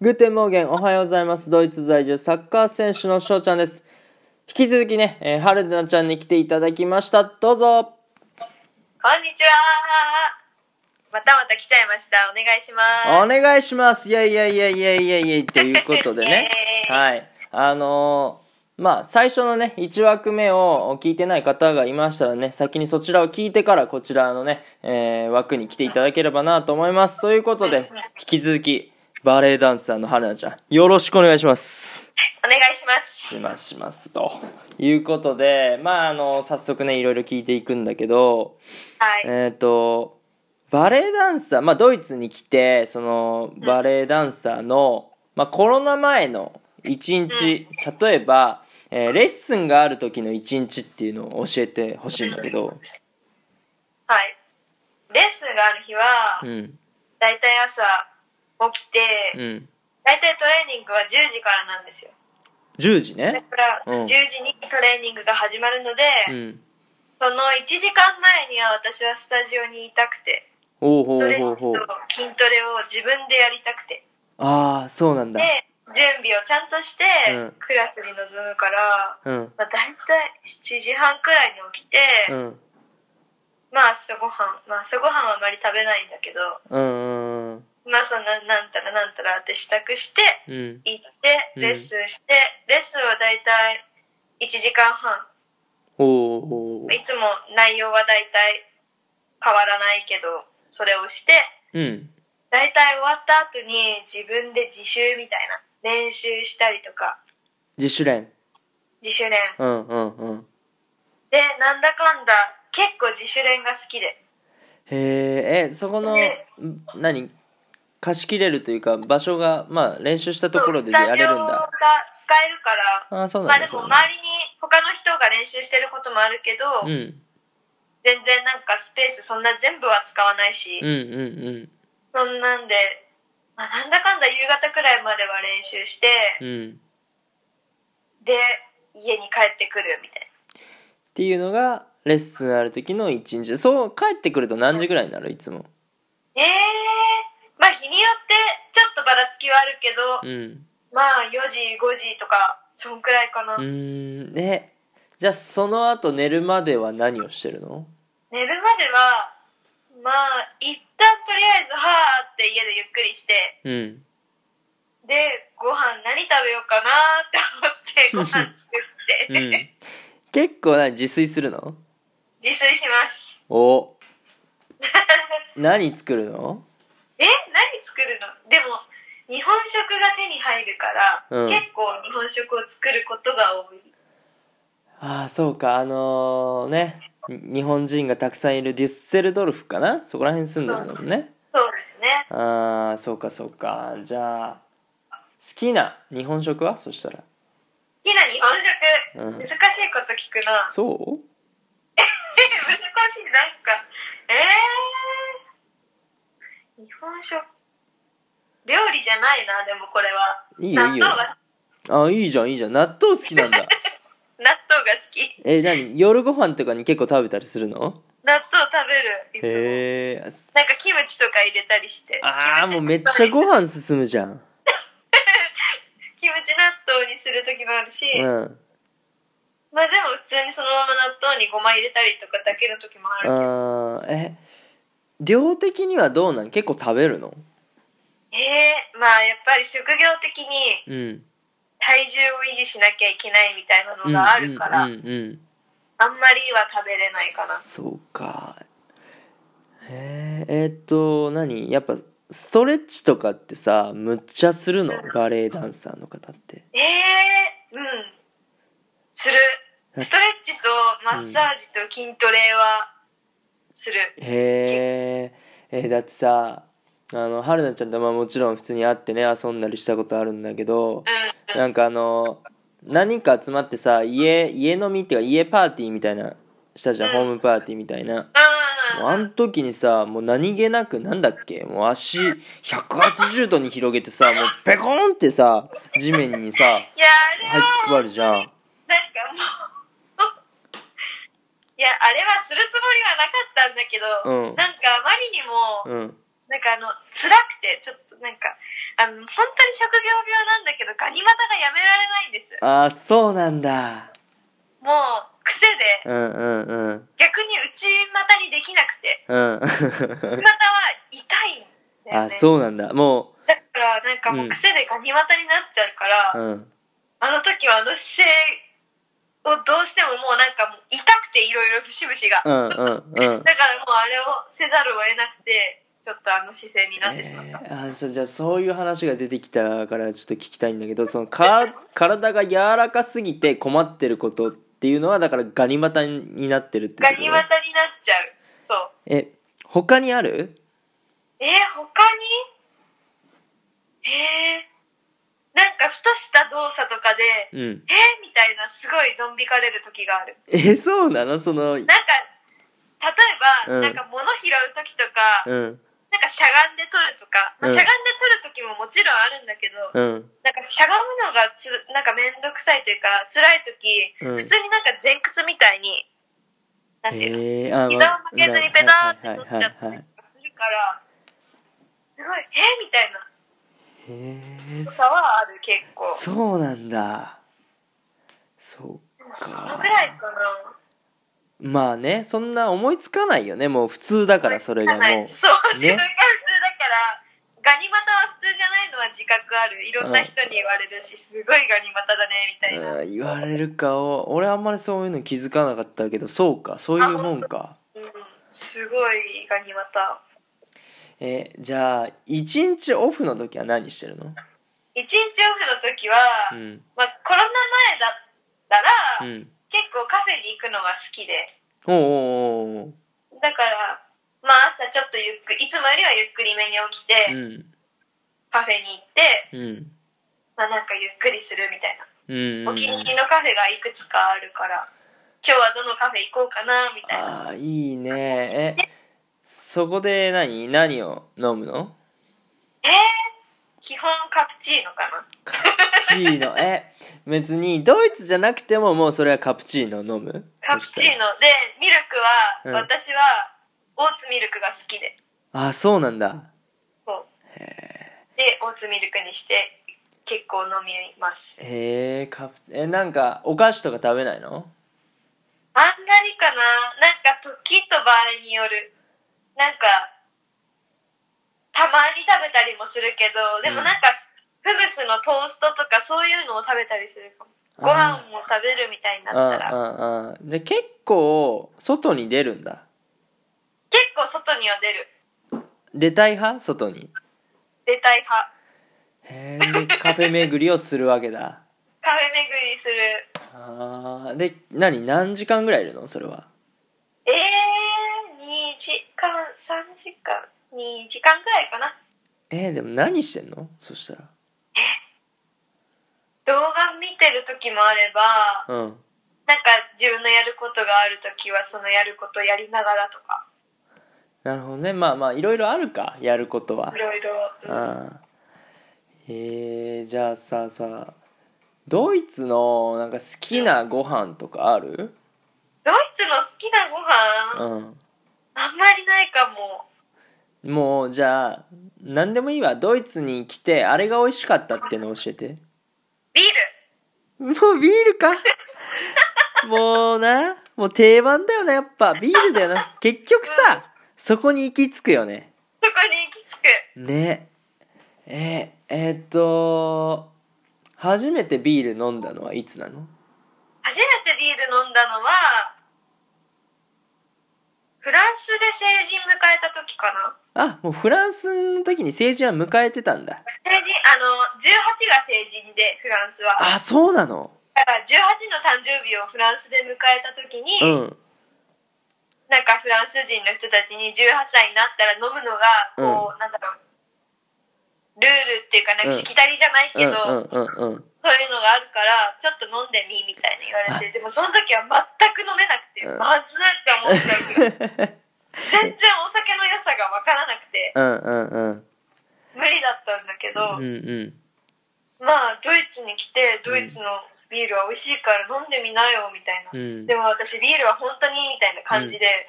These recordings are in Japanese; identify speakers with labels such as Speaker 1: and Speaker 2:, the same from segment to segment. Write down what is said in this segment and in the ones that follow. Speaker 1: グーテンモーゲンおはようございます。ドイツ在住サッカー選手の翔ちゃんです。引き続きね、えー、春菜ちゃんに来ていただきました。どうぞ。
Speaker 2: こんにちは。またまた来ちゃいました。お願いしま。
Speaker 1: お願いします。いやいやいやいやいやいやということでね
Speaker 2: イエーイ
Speaker 1: はい。あのーまあ、最初のね、1枠目を聞いてない方がいましたらね、先にそちらを聞いてから、こちらのね、えー枠に来ていただければなと思います。ということで、引き続き、バレエダンサーの春菜ちゃん、よろしくお願いします。
Speaker 2: す。お願いします。
Speaker 1: しますしますということでまああの早速ねいろいろ聞いていくんだけど、
Speaker 2: はい。
Speaker 1: えっ、とバレエダンサーまあドイツに来てそのバレエダンサーの、まあ、コロナ前の1日例えば、えーレッスンがある時の1日っていうのを教えてほしいんだけど
Speaker 2: はい。レッスンがある日は
Speaker 1: う、ん
Speaker 2: だいたい朝起きて、
Speaker 1: うん
Speaker 2: だいたいトレーニングは10時からなんですよ。
Speaker 1: 10時
Speaker 2: だ
Speaker 1: ね
Speaker 2: から
Speaker 1: うん
Speaker 2: 10時にトレーニングが始まるので、
Speaker 1: うん
Speaker 2: その1時間前には私はスタジオにいたくて、
Speaker 1: おうほ
Speaker 2: ド
Speaker 1: う
Speaker 2: レッ
Speaker 1: ほ
Speaker 2: ス
Speaker 1: う
Speaker 2: ン
Speaker 1: ほ
Speaker 2: と
Speaker 1: う
Speaker 2: 筋トレを自分でやりたくて。
Speaker 1: ああそうなんだ
Speaker 2: で、準備をちゃんとして
Speaker 1: うん、
Speaker 2: クラスに臨むから、
Speaker 1: うん
Speaker 2: まあ、大体7時半くらいに起きて、
Speaker 1: うん
Speaker 2: まあ朝ごはん、まあ朝ごはんはあまり食べないんだけど、
Speaker 1: うんうん
Speaker 2: まあそのなんたらなんたらって支度して、
Speaker 1: うん
Speaker 2: 行っ
Speaker 1: う
Speaker 2: て、
Speaker 1: ん
Speaker 2: レッスンして、レッスンは大体1時間半。
Speaker 1: ほうほ
Speaker 2: いつも内容は大体変わらないけど、それをして、
Speaker 1: ううん
Speaker 2: 大体終わった後に自分で自習みたいな、練習したりとか、
Speaker 1: 自主練
Speaker 2: 自主練。
Speaker 1: うんうんうん。
Speaker 2: で、なんだかんだ、結構自主練が好きで。
Speaker 1: へーえ、そこの、ん何貸し切れるというか、場所が、まあ、練習したところでやれるん
Speaker 2: スタジオが
Speaker 1: だ。
Speaker 2: 使えるか
Speaker 1: あ
Speaker 2: ら、
Speaker 1: あ、そう
Speaker 2: ま
Speaker 1: な
Speaker 2: あ
Speaker 1: ん
Speaker 2: で
Speaker 1: だ。そ
Speaker 2: も
Speaker 1: うなんだ
Speaker 2: 周りに他の人が練習してることもあるけど、
Speaker 1: うん。
Speaker 2: 全然なんかスペースそんな全部は使わないし、
Speaker 1: うんうん
Speaker 2: そんなんで、まあ、なんだかんだ夕方くらいまでは練習して、
Speaker 1: うん。うん。っ
Speaker 2: で、家に帰ってくるみたい
Speaker 1: ていうのが、レッスンある時の一日。そう、帰ってくると何時ぐらいになるいつも。
Speaker 2: な。えー、まあ日によってちょっとばらつきはあるけ
Speaker 1: う
Speaker 2: ど、
Speaker 1: ん。
Speaker 2: まあ4時、5時とか、そんくらいかな。
Speaker 1: うーん。え、じゃあ、その後寝るまでは何をしてるの
Speaker 2: 寝るまでは、まあ一旦とりあえずはーって家でゆっくりして、
Speaker 1: うん。
Speaker 2: で、ご飯何食べようかなーって 思ってご飯作っ
Speaker 1: う
Speaker 2: て、
Speaker 1: ん。結構な、自炊するの
Speaker 2: 自炊します。
Speaker 1: お。何作るの
Speaker 2: え何作るのでも日本食が手に入るから、
Speaker 1: うん
Speaker 2: 結構日本食を作ることが多い
Speaker 1: ああそうかあのねに日本人がたくさんいるデュッセルドルフかなそこら辺住んでるんだもんね
Speaker 2: そうですね
Speaker 1: ああそうかそうかじゃあ好きな日本食はそしたら
Speaker 2: 好きな日本食、
Speaker 1: うん
Speaker 2: 難しいこと聞くな
Speaker 1: そ
Speaker 2: 難しいなんかえー、日本食料理じゃないなでもこれは
Speaker 1: ういいよいい
Speaker 2: 納豆
Speaker 1: よ
Speaker 2: が
Speaker 1: あいいじゃんいいじゃん納豆好きなん だ
Speaker 2: 納豆が好き
Speaker 1: え何夜ご飯とかに結構食べたりするの
Speaker 2: 納豆食べるいつも
Speaker 1: へえ
Speaker 2: なんかキムチとか入れたりして
Speaker 1: ああ
Speaker 2: キ
Speaker 1: もうめ
Speaker 2: ム
Speaker 1: っ
Speaker 2: チ
Speaker 1: ちゃご飯進むじゃ ん
Speaker 2: キムチ納豆にする時もあるし、
Speaker 1: うん
Speaker 2: まあでも普通にそのまま納豆にごま入れたりとかだけの時もある
Speaker 1: あーえ量的にはどうなん結構食べるの
Speaker 2: けど。ええまあやっぱり職業的に
Speaker 1: うん
Speaker 2: 体重を維持しなきゃいけないみたいな
Speaker 1: う
Speaker 2: の
Speaker 1: ん
Speaker 2: があるから、
Speaker 1: うんうんうん
Speaker 2: あんまりは食べれないかな。
Speaker 1: そうかへええーっと何やっぱストレッチとかってさむっちゃするのバレエダンサーの方って
Speaker 2: ええうん。する。ストレッチとマッサージと筋トレはする。
Speaker 1: へええーだってさあの春菜ちゃんとまあもちろん普通に会ってね遊んだりしたことあるんだけど
Speaker 2: うん。うん
Speaker 1: なんかあの何人か集まってさ家家飲みっていうか家パーティーみたいなしたじゃん、
Speaker 2: うん
Speaker 1: ホームパーティーみたいなもうあ
Speaker 2: うん。
Speaker 1: の時にさもう何気なくなんだっけもう足180度に広げてさもうペコーンってさ地面にさ
Speaker 2: いや、あ
Speaker 1: 這
Speaker 2: れ
Speaker 1: い
Speaker 2: は、
Speaker 1: つくばるじゃん
Speaker 2: なんかもう、 いや、あれはするつもりはなかったんだけど、
Speaker 1: うん
Speaker 2: なんかあまりにも、
Speaker 1: うん
Speaker 2: なんかあの、辛くて、ちょっとなんか、あの、本当に職業病なんだけど、ガニ股がやめられないんです。
Speaker 1: あーそうなんだ
Speaker 2: もう、癖で、
Speaker 1: うんうんうん
Speaker 2: 逆に内股にできなくて、
Speaker 1: うん
Speaker 2: 内股は痛いんだよ
Speaker 1: あ
Speaker 2: ね。
Speaker 1: そうなんだも
Speaker 2: だから、なんかもう癖でガニ股になっちゃうから、
Speaker 1: ううん
Speaker 2: あの時はあの姿勢をどうしてももうなんかもう痛くていろいろ節々
Speaker 1: う
Speaker 2: が、
Speaker 1: んうんうん
Speaker 2: だからもうあれをせざるを得なくてちょっとあの姿勢になってしまった、
Speaker 1: えーあそうじゃあそういう話が出てきたからちょっと聞きたいんだけどそのか体が柔らかすぎて困ってることっていうのはだからガニ股になってるってこと
Speaker 2: ガニ股になっちゃうそう
Speaker 1: え他にある
Speaker 2: えー、他にえー、なんかふとした動作とかで
Speaker 1: うん
Speaker 2: えー、みたいなすごいドン引かれる時がある
Speaker 1: えそうなのその
Speaker 2: なんか例えば、
Speaker 1: うん
Speaker 2: なんか物拾う時とか、
Speaker 1: うん
Speaker 2: なんかしゃがんで取るとか、まあ
Speaker 1: うん
Speaker 2: しゃがんで取る時ももちろんあるんだけ
Speaker 1: うん
Speaker 2: ど、なんかしゃがむのがつなんかめんどくさいというか辛い時、
Speaker 1: うん
Speaker 2: 普通になんか前屈みたいになんていうの、
Speaker 1: えー、あ
Speaker 2: 膝を曲げずにペターって取っちゃった
Speaker 1: はいはいはいは
Speaker 2: り
Speaker 1: い
Speaker 2: とかするからすごい「えみたいな
Speaker 1: へー
Speaker 2: 良さはある結構
Speaker 1: そうなんだそう
Speaker 2: でもそのぐらいかな
Speaker 1: まあねそんな思いつかないよねもう普通だからそれがも
Speaker 2: はい、
Speaker 1: う
Speaker 2: そう
Speaker 1: ね
Speaker 2: 自分が普通だから、ガニ股は普通じゃないのは自覚あるいろんな人に言われるし、すごいガニ股だねみたいな、
Speaker 1: うん言われるかを俺あんまりそういうの気づかなかったけどそうかそういうもんか
Speaker 2: うん、すごいガニ股
Speaker 1: えじゃあ一日オフの時は何してるの
Speaker 2: 一日オフの時は、
Speaker 1: うん
Speaker 2: まあ、コロナ前だっ
Speaker 1: う
Speaker 2: たら、
Speaker 1: ん
Speaker 2: 結構カフェに行くのが好きで
Speaker 1: おうおうおう
Speaker 2: だから、まあ、朝ちょっとゆっくりいつもよりはゆっくりめに起き
Speaker 1: おうう
Speaker 2: て、
Speaker 1: ん
Speaker 2: カフェに行っ
Speaker 1: う
Speaker 2: て、
Speaker 1: ん
Speaker 2: まあ、なんかゆっくりするみたいな、
Speaker 1: うんう
Speaker 2: お
Speaker 1: ん
Speaker 2: 気に入りのカフェがいくつかあるから今日はどのカフェ行こうかなみたいな
Speaker 1: ああいいねえそこで何何を飲むの
Speaker 2: えー、基本カプチーノかな
Speaker 1: カプチーノえ別にドイツじゃなくてももうそれはカプチーノ飲む
Speaker 2: カプチー
Speaker 1: ノ
Speaker 2: ノでミルク
Speaker 1: うん
Speaker 2: は、私はオーツミルクが好きで
Speaker 1: あそうなんだ
Speaker 2: そう
Speaker 1: へ
Speaker 2: でオーツミルクにして結構飲みます
Speaker 1: えへえカプえなんかお菓子とか食べないの
Speaker 2: あんまりかななんか時と場合によるなんかたまに食べたりもするけどでもなんか、フムスのトーストとかそういうのを食べたりするかもご
Speaker 1: あー
Speaker 2: 飯も食べるみたいにな
Speaker 1: うん
Speaker 2: ったら
Speaker 1: うんうんじゃあ結構外に出るんだ
Speaker 2: 結構外には出る
Speaker 1: 出たい派外に
Speaker 2: 出たい派
Speaker 1: へえでカフェ巡りをするわけだ
Speaker 2: カフェ巡りする
Speaker 1: あーで何何時間ぐらいいるのそれは
Speaker 2: えー、2時間、3時間、2時間ぐらいかな。
Speaker 1: えーでも何してんのそした
Speaker 2: 動画見てる時もあれば、
Speaker 1: らうん
Speaker 2: なんか自分のやることがある時はそのやることやりながらとか、
Speaker 1: なるほどねまあまあいろいろあるかやることはい
Speaker 2: ろいろ。うん
Speaker 1: あーへえじゃあささドイツのなんか好きなご飯とかある
Speaker 2: ドイツの好きなご
Speaker 1: う
Speaker 2: 飯、
Speaker 1: ん
Speaker 2: あんまりないかも。
Speaker 1: もうじゃあ何でもいいわドイツに来てあれが美味しかったっての教えて
Speaker 2: ビール
Speaker 1: もうビールかもうなもう定番だよなやっぱビールだよな結局さそこに行き着くよね
Speaker 2: そこに行き着く。
Speaker 1: ねええーっと初めてビール飲んだのはいつなの
Speaker 2: 初めてビール飲んだのは、フランスで成人迎えた時かな。
Speaker 1: あもうフランスの時に成人は迎えてたんだ
Speaker 2: 成人、あの、18が成人で、フランスは。
Speaker 1: あそうなの
Speaker 2: だから18の誕生日をフランスで迎えた時に、
Speaker 1: うん
Speaker 2: なんかフランス人の人たちに18歳になったら飲むのがこう、なんだろうルールっていうかな
Speaker 1: うん
Speaker 2: んかしきたりじゃないけ
Speaker 1: うんうん
Speaker 2: ど、
Speaker 1: うんうん
Speaker 2: そういうのがあるからちょっと飲んでみみたいに言われてでもその時は全く飲めなくて、
Speaker 1: うん
Speaker 2: まずいって思っ ちゃうぐらい全然お酒の良さが分からなくて
Speaker 1: うんうんうん
Speaker 2: 無理だったんだけど、
Speaker 1: うんうん
Speaker 2: まあドイツに来てドイツのビールは美味しいから飲んでみなよみたいな
Speaker 1: う。ん
Speaker 2: でも私ビールは本当にみたいな感じで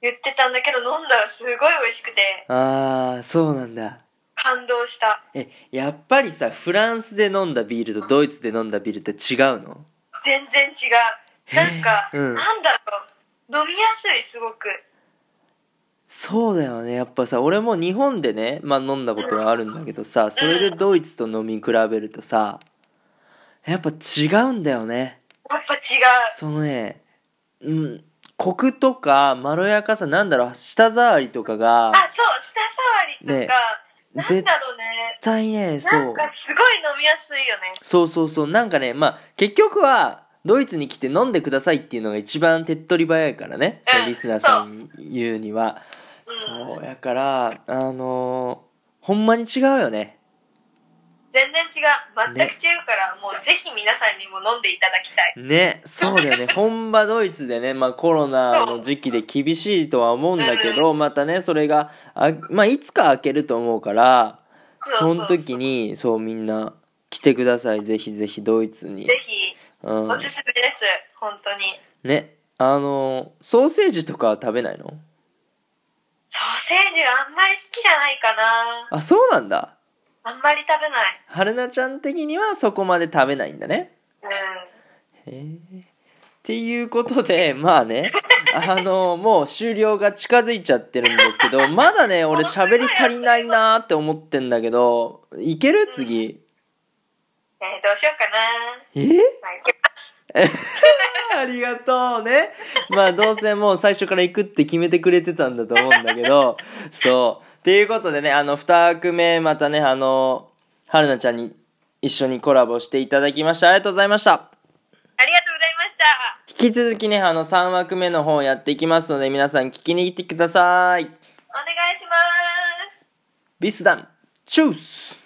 Speaker 2: 言ってたんだけど、飲んだらすごい美味しくて
Speaker 1: ああそうなんだ
Speaker 2: 感動した。
Speaker 1: えやっぱりさフランスで飲んだビールとドイツで飲んだビールって違うの
Speaker 2: 全然違う。なんか、
Speaker 1: うん
Speaker 2: なんだろう。飲みやすい、すごく。
Speaker 1: そうだよねやっぱさ俺も日本でね、まあ、飲んだことがあるんだけどさそれでドイツと飲み比べるとさやっぱ違うんだよね
Speaker 2: やっぱ違う。
Speaker 1: そのねうんコクとかまろやかさなんだろう舌触りとかが
Speaker 2: あ、そう、舌触り
Speaker 1: ね
Speaker 2: とか、なん
Speaker 1: 絶
Speaker 2: だろうね。
Speaker 1: 対ねそ
Speaker 2: なん
Speaker 1: う
Speaker 2: かすごい飲みやすいよね。
Speaker 1: そうそうそうなんかねまあ結局はドイツに来て飲んでくださいっていうのが一番手っ取り早いからね、
Speaker 2: うん
Speaker 1: そうリスナーさんに言うには
Speaker 2: うん。
Speaker 1: そうやからあのーほんまに違うよね
Speaker 2: 全然違う。全く違うから、もうぜひ皆さんにも飲んでいただきたい。
Speaker 1: ねそうだよ ね本場ドイツでね、まあ、コロナの時期で厳しいとは思うんだけどまたねそれがあ、まあ、いつか開けると思うから
Speaker 2: う
Speaker 1: そう
Speaker 2: う
Speaker 1: の時。にそうみんな来てくださいぜひぜひドイツに
Speaker 2: ぜ、ひ、
Speaker 1: う
Speaker 2: お
Speaker 1: ん、
Speaker 2: すすめです。本当に。
Speaker 1: ねあのソーセージとかは食べないの
Speaker 2: ソーセージはあんまり好きじゃないかな。
Speaker 1: あそうなんだ
Speaker 2: あんまり食べない。
Speaker 1: 春菜ちゃん的にはそこまで食べないんだね
Speaker 2: うん。
Speaker 1: へえっていうことで まあねあのもう終了が近づいちゃってるんですけどまだね俺喋り足りないなーって思ってんだけどいける次
Speaker 2: えーどうしようかな。
Speaker 1: え
Speaker 2: まあ、いけます。
Speaker 1: ありがとうねまあどうせもう最初から行くって決めてくれてたんだと思うんだけどそうっていうことでねあの2組目またねあの春菜ちゃんに一緒にコラボしていただきましたありがとうございました
Speaker 2: ありがとうございました。
Speaker 1: 引き続きねあの3枠目の方やっていきますので皆さん聞きに来てください
Speaker 2: お願いします。
Speaker 1: ビスダンチュース